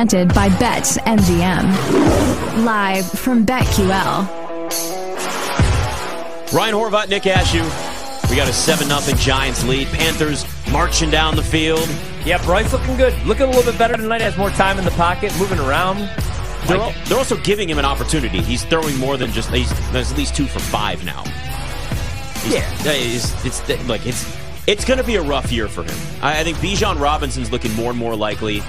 Presented by BetMGM. Live from BetQL. Ryan Horvat, Nick Ashew. We got a 7 0 Giants lead. Panthers marching down the field. Yeah, Bryce looking good. Looking a little bit better tonight. Has more time in the pocket, moving around. They're, al- they're also giving him an opportunity. He's throwing more than just. He's, there's at least two for five now. He's- Yeah. uh, he's- it's, th- like it's it's going to be a rough year for him. I, I think Bijan Robinson's looking more and more likely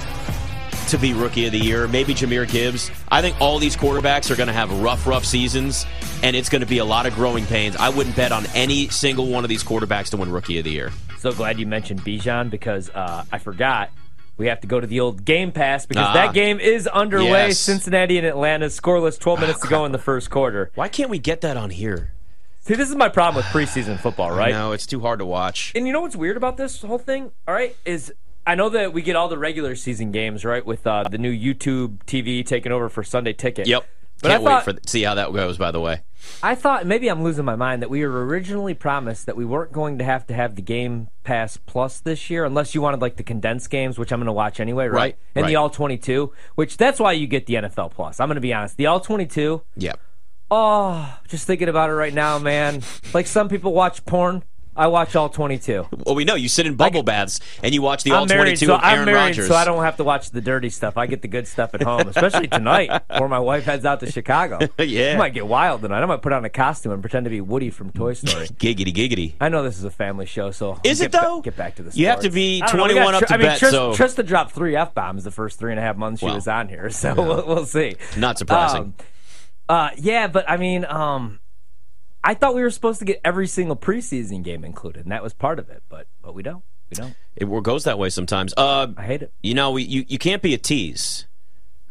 to be rookie of the year. Maybe Jameer Gibbs. I think all these quarterbacks are going to have rough, rough seasons, and it's going to be a lot of growing pains. I wouldn't bet on any single one of these quarterbacks to win rookie of the year. So glad you mentioned Bijan because uh, I forgot we have to go to the old Game Pass because Ah. that game is underway. Yes. Cincinnati and Atlanta scoreless, 12 minutes to go in the first quarter. Why can't we get that on here? See, this is my problem with preseason football, right? No, it's too hard to watch. And you know what's weird about this whole thing? All right, is I know that we get all the regular season games right with uh, the new YouTube TV taking over for Sunday Ticket. Yep. But Can't I thought, wait for th- see how that goes. By the way, I thought maybe I'm losing my mind that we were originally promised that we weren't going to have to have the Game Pass Plus this year, unless you wanted like the condensed games, which I'm going to watch anyway, right? Right, and right. the All 22, which that's why you get the NFL Plus. I'm going to be honest, the All 22. yep. Oh, just thinking about it right now, man. Like some people watch porn, I watch All 22. Well, we know you sit in bubble baths and you watch the All I'm married, 22 so of Aaron I'm married, Rodgers. so I don't have to watch the dirty stuff. I get the good stuff at home, especially tonight, before my wife heads out to Chicago. Yeah. I might get wild tonight. I might put on a costume and pretend to be Woody from Toy Story. Giggity, giggity. I know this is a family show, so Is get it ba- though? get back to this. You have to be 21 up to I mean, bet, Tris- so- Trista dropped three f bombs the first three and a half months she Well, was on here, so we'll, we'll see. Not surprising. Um, uh, yeah, but I mean, um, I thought we were supposed to get every single preseason game included, and that was part of it, but but we don't. We don't. It w- goes that way sometimes. Uh, I hate it. you know, we, you, you can't be a tease.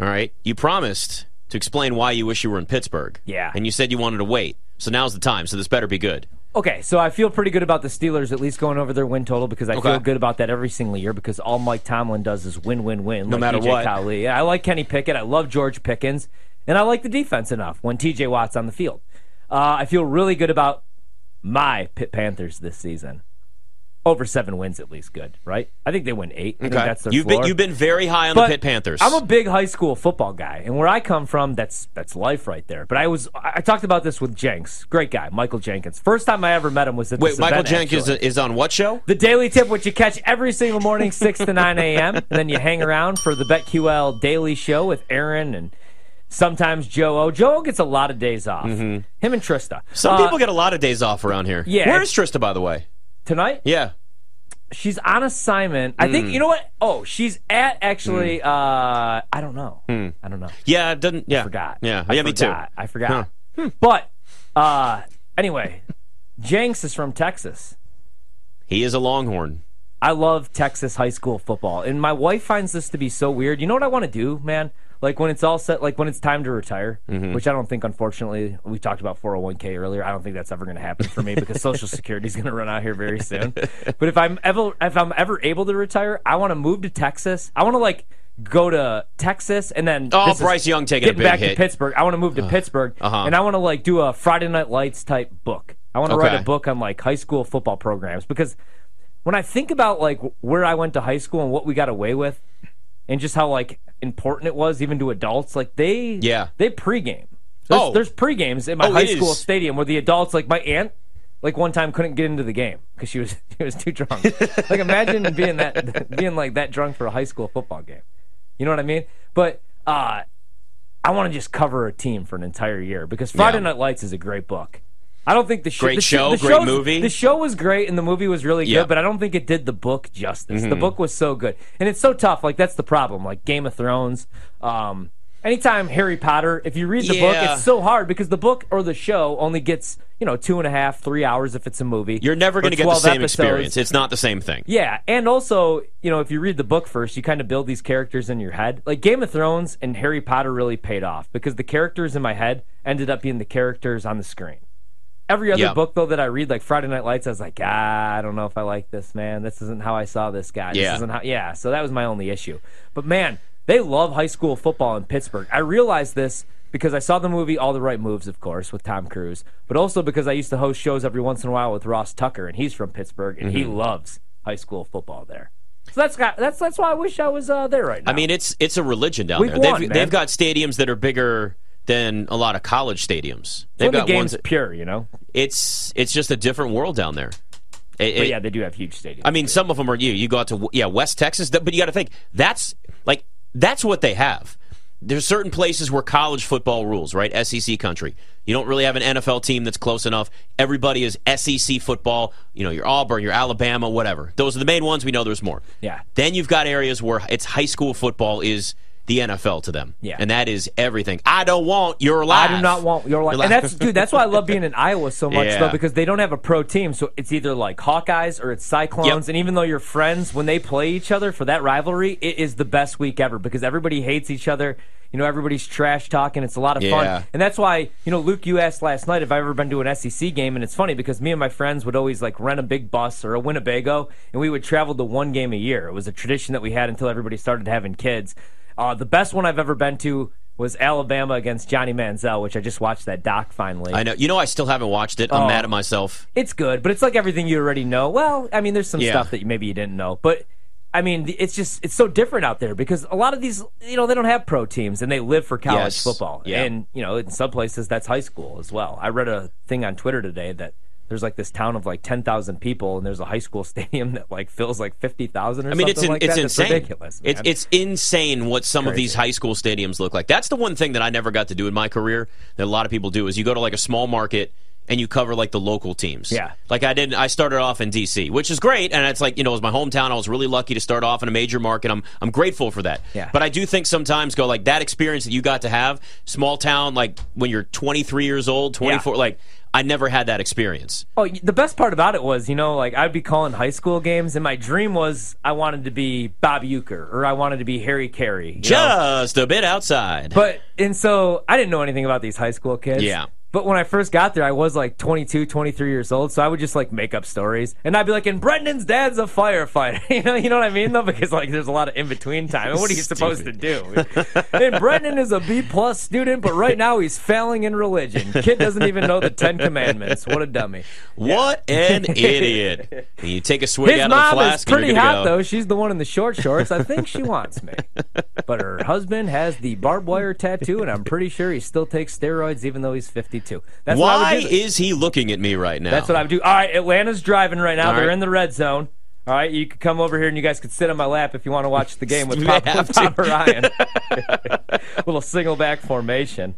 All right. You promised to explain why you wish you were in Pittsburgh. Yeah. And you said you wanted to wait. So now's the time. So this better be good. Okay, so I feel pretty good about the Steelers at least going over their win total because I Okay. feel good about that every single year because all Mike Tomlin does is win, win, win. No matter what. Kali. I like Kenny Pickett. I love George Pickens, and I like the defense enough when T.J. Watt's on the field. Uh, I feel really good about my Pitt Panthers this season. Over seven wins at least, good, right? I think they win eight. I think that's their you've floor. been you've been very high on But the Pitt Panthers. I'm a big high school football guy, and where I come from, that's that's life right there. But I was I I talked about this with Jenks, great guy, Michael Jenkins. First time I ever met him was at Wait, this Michael event, Jenkins actually. is, is on what show? the Daily Tip, which you catch every single morning, six to nine a.m. Then you hang around for the BetQL Daily Show with Aaron and sometimes Joe O. Joe O gets a lot of days off. Him and Trista. Mm-hmm. Some Uh, people get a lot of days off around here. yeah. Where is Trista, by the way? tonight. Yeah. She's on assignment. I Mm. think you know what. Oh, she's at actually. Uh, I don't know. Mm. I don't know. Yeah, it doesn't. Yeah. forgot. Yeah. I yeah, me too. forgot. I forgot. But uh, anyway, Jenks is from Texas. He is a Longhorn. I love Texas high school football, and my wife finds this to be so weird. You know what I want to do, man? Like when it's all set, like when it's time to retire, Mm-hmm. which I don't think, unfortunately, we talked about 401k earlier. I don't think that's ever going to happen for me because Social Security's going to run out here very soon. But if I'm ever, if I'm ever able to retire, I want to move to Texas. I want to like go to Texas and then Oh, this is- Bryce Young taking a getting big back hit. to Pittsburgh. I want to move to Pittsburgh, uh-huh. and I want to like do a Friday Night Lights type book. I want to write Okay. a book on like high school football programs because when I think about like where I went to high school and what we got away with, and just how like important it was even to adults, like they Yeah. they pregame. There's, Oh. there's pregames in my Oh, high it school is. stadium where the adults like my aunt. Like one time, couldn't get into the game because she was she was too drunk. like imagine being that being like that drunk for a high school football game. You know what I mean? But uh, I want to just cover a team for an entire year because Friday Yeah. Night Lights is a great book. I don't think the show, Great the show, the great show's- movie. The show was great and the movie was really Yeah. Mm-hmm. good, but I don't think it did the book justice. The book was so good, and it's so tough. Like that's the problem. Like Game of Thrones. Um, anytime Harry Potter, if you read the book, Yeah. it's so hard because the book or the show only gets you know two and a half, three hours if it's a movie. You're never or going to get the 12 same episodes. experience. It's not the same thing. Yeah, and also, you know, if you read the book first, you kind of build these characters in your head. Like Game of Thrones and Harry Potter really paid off because the characters in my head ended up being the characters on the screen. Every other Yeah. book though that I read, like Friday Night Lights, I was like, ah, I don't know if I like this, man. This isn't how I saw this guy. Yeah. This isn't how yeah, so that was my only issue. But man, they love high school football in Pittsburgh. I realized this because I saw the movie All the Right Moves, of course, with Tom Cruise, but also because I used to Mm-hmm. host shows every once in a while with Ross Tucker, and he's from Pittsburgh, and he loves high school football there. So that's got, that's that's why I wish I was uh, there right now. I mean, it's it's a religion down We've there. won, they've, man. they've got stadiums that are bigger than a lot of college stadiums. They've when the got ones. game's That, pure, you know. it's it's just a different world down there. It- But it- yeah, they do have huge stadiums. I mean, some of them are you. You go out to yeah, West Texas, th- but you got to think that's like that's what they have. There's certain places where college football rules, right? SEC country. You don't really have an NFL team that's close enough. Everybody is SEC football. You know, your Auburn, your Alabama, whatever. Those are the main ones. We know there's more. Yeah. Then you've got areas where it's high school football is the NFL to them. Yeah. And that is everything. I don't want your I life. do not want your life. Your And life. that's dude, that's why I love being in Iowa so much Yeah. though, because they don't have a pro team. So it's either like Hawkeyes or it's Cyclones. Yep. And even though you're friends, when they play each other for that rivalry, it is the best week ever because everybody hates each other. You know, everybody's trash talking. It's a lot of Yeah. fun. And that's why, you know, Luke, you asked last night if I've ever been to an SEC game. And it's funny because me and my friends would always like rent a big bus or a Winnebago and we would travel to one game a year. It was a tradition that we had until everybody started having kids. Uh, the best one I've ever been to was Alabama against Johnny Manziel, which I just watched that doc finally. I know. You know, I still haven't watched it. I'm Oh. mad at myself. It's good, but it's like everything you already know. Well, I mean, there's some Yeah. stuff that you- maybe you didn't know, but I mean, the- it's just it's so different out there because a lot of these, you know, they don't have pro teams and they live for college Yes. football, Yeah. and you know, in some places that's high school as well. I read a thing on Twitter today that. There's like this town of like ten thousand people, and there's a high school stadium that like fills like fifty thousand or I mean, something it's in, like it's that. insane. That's ridiculous. It's man. it's insane what some of these high school stadiums look like. That's the one thing that I never got to do in my career that a lot of people do is you go to like a small market and you cover like the local teams. Yeah. Like I did I started off in DC, which is great and it's like, you know, it was my hometown. I was really lucky to start off in a major market. I'm I'm grateful for that. Yeah. But I do think sometimes go like that experience that you got to have, small town like when you're 23 years old, 24 like I never had that experience. Oh, y- the best part about it was, you know, like I'd be calling high school games, and my dream was I wanted to be Bob Euchre or I wanted to be Harry Carey. you know? Just a bit outside. But and so I didn't know anything about these high school kids. Yeah. But when I first got there, I was like 22, 23 years old, so I would just like make up stories, and I'd be like, "And Brendan's dad's a firefighter," you know, you know what I mean, though, because like there's a lot of in between time. And what are you supposed to do? and Brendan is a B plus student, but right now he's failing in religion. Kid doesn't even know the Ten Commandments. What a dummy! What an idiot! And you take a swig His out of the mom is flask. pretty and you're hot gonna though. She's the one in the short shorts. I think she wants me. But her husband has the barbed wire tattoo, and I'm pretty sure he still takes steroids even though he's 52. That's go, what I Why would do. is he looking at me right now? That's what I would do. All right, Atlanta's driving right now. All They're right. in the red zone. All right, you could come over here and you guys could sit on my lap if you want to watch the game with You Papa, have to. Papa Ryan. Little single back formation.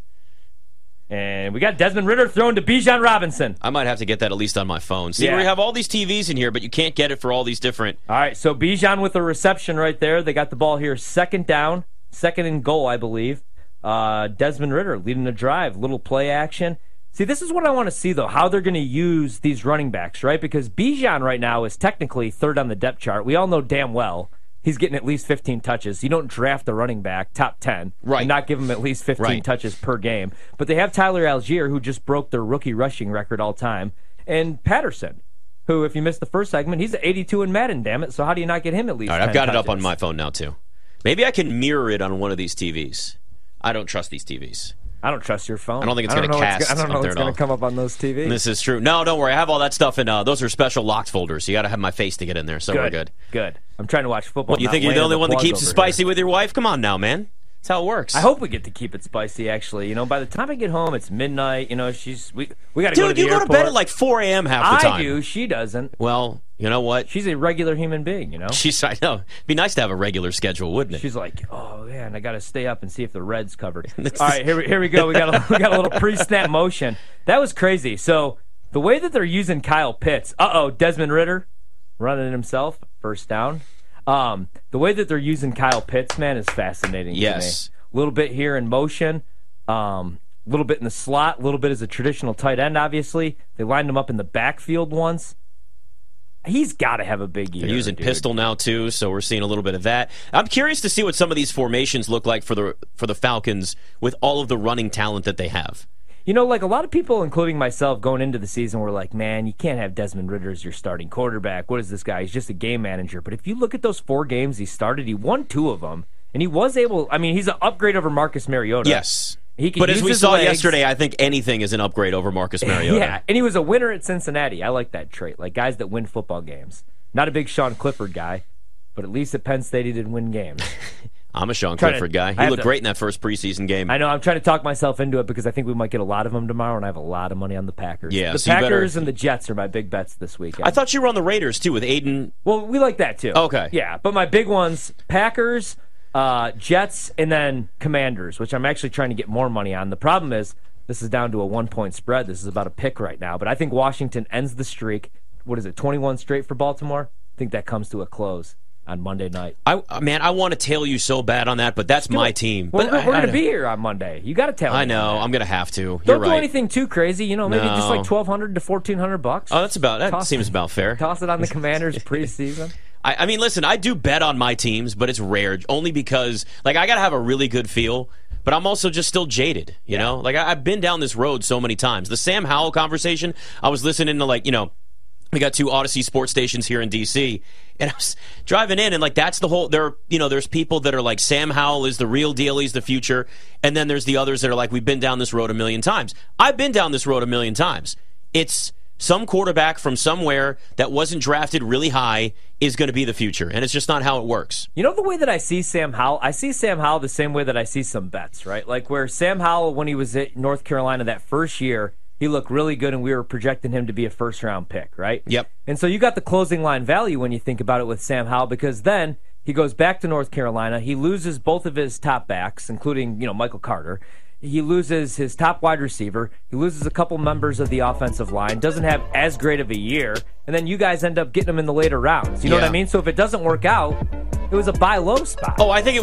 And we got Desmond Ritter thrown to Bijan Robinson. I might have to get that at least on my phone. See, Yeah. we have all these TVs in here, but you can't get it for all these different. All right, so Bijan with a reception right there. They got the ball here, second down, second and goal, I believe. Uh, Desmond Ritter leading the drive, little play action. See, this is what I want to see though, how they're going to use these running backs, right? Because Bijan right now is technically third on the depth chart. We all know damn well he's getting at least 15 touches. You don't draft a running back top 10 Right. and not give him at least 15 Right. touches per game. But they have Tyler Algier, who just broke their rookie rushing record all time, and Patterson, who, if you missed the first segment, he's at 82 in Madden, damn it. So how do you not get him at least? All right, I've 10 got it up on touches? my phone now too. Maybe I can mirror it on one of these TVs. I don't trust these TVs. I don't trust your phone. I don't think it's gonna know what's cast go- I don't up know there what's at all. going to come up on those TVs. This is true. No, don't worry. I have all that stuff in. Uh, those are special locked folders. You got to have my face to get in there, so we're good. good. Good. I'm trying to watch football. You not think you're the laying only one that plug keeps it over spicy here. with your wife? Come on now, man. That's how it works. I hope we get to keep it spicy. Actually, you know, by the time I get home, it's midnight. You know, she's we we got to go to Dude, the you go to airport. bed at like 4 a.m. half the time. I do. She doesn't. Well, you know what? She's a regular human being. You know. She's, I know. It'd be nice to have a regular schedule, wouldn't it? She's like, oh man, I got to stay up and see if the red's covered. All right, here we, here we go. We got a, we got a little pre-snap motion. That was crazy. So the way that they're using Kyle Pitts, uh oh, Desmond Ritter running it himself, first down. Um, the way that they're using Kyle Pitts, man, is fascinating. Yes. to me. a little bit here in motion. Um, a little bit in the slot, a little bit as a traditional tight end. Obviously, they lined him up in the backfield once. He's got to have a big year. They're using dude. pistol now too, so we're seeing a little bit of that. I'm curious to see what some of these formations look like for the for the Falcons with all of the running talent that they have. You know, like a lot of people, including myself, going into the season, were like, man, you can't have Desmond Ritter as your starting quarterback. What is this guy? He's just a game manager. But if you look at those four games he started, he won two of them. And he was able, I mean, he's an upgrade over Marcus Mariota. Yes, He can but use as we his saw legs. yesterday, I think anything is an upgrade over Marcus Mariota. Yeah. And he was a winner at Cincinnati. I like that trait. Like guys that win football games. Not a big Sean Clifford guy, but at least at Penn State he didn't win games. I'm a Sean Trying to- Clifford guy. I He have looked to- great in that first preseason game. I know I'm trying to talk myself into it because I think we might get a lot of them tomorrow, and I have a lot of money on the Packers. Yeah, the so you better- Packers and the Jets are my big bets this weekend. I thought you were on the Raiders too with Aiden. well, we like that too. Okay. yeah, but my big ones: Packers, uh, Jets, and then Commanders, which I'm actually trying to get more money on. The problem is this is down to a one point spread. This is about a pick right now, but I think Washington ends the streak. What is it? 21 straight for Baltimore. I think that comes to a close on Monday night. I man, I want to tail you so bad on that, but that's my team. but We're, we're I- I, going to be here on Monday. You got to tell. I me. know. I'm gonna have to. You're Don't right. do anything too crazy. You know, maybe just No. like twelve hundred to fourteen hundred bucks. Oh, that's about. That Toss- seems about fair. Toss it on the Commanders preseason. I, I mean, listen, I do bet on my teams, but it's rare only because, like, I got to have a really good feel, but I'm also just still jaded, you know? Like, I, I've been down this road so many times. The Sam Howell conversation, I was listening to, like, you know, we got two Odyssey sports stations here in D.C., and I was driving in, and, like, that's the whole, there, are, you know, there's people that are like, Sam Howell is the real deal, he's the future, and then there's the others that are like, we've been down this road a million times. I've been down this road a million times. It's, some quarterback from somewhere that wasn't drafted really high is going to be the future, and it's just not how it works. You know the way that I see Sam Howell? I see Sam Howell the same way that I see some bets, right? Like where Sam Howell, when he was at North Carolina that first year, he looked really good and we were projecting him to be a first round pick, right? Yep. And so you got the closing line value when you think about it with Sam Howell because then he goes back to North Carolina. He loses both of his top backs, including, you know, Michael Carter. He loses his top wide receiver. He loses a couple members of the offensive line. Doesn't have as great of a year. And then you guys end up getting him in the later rounds. You know what Yeah. I mean? So if it doesn't work out, it was a buy low spot. Oh, I think it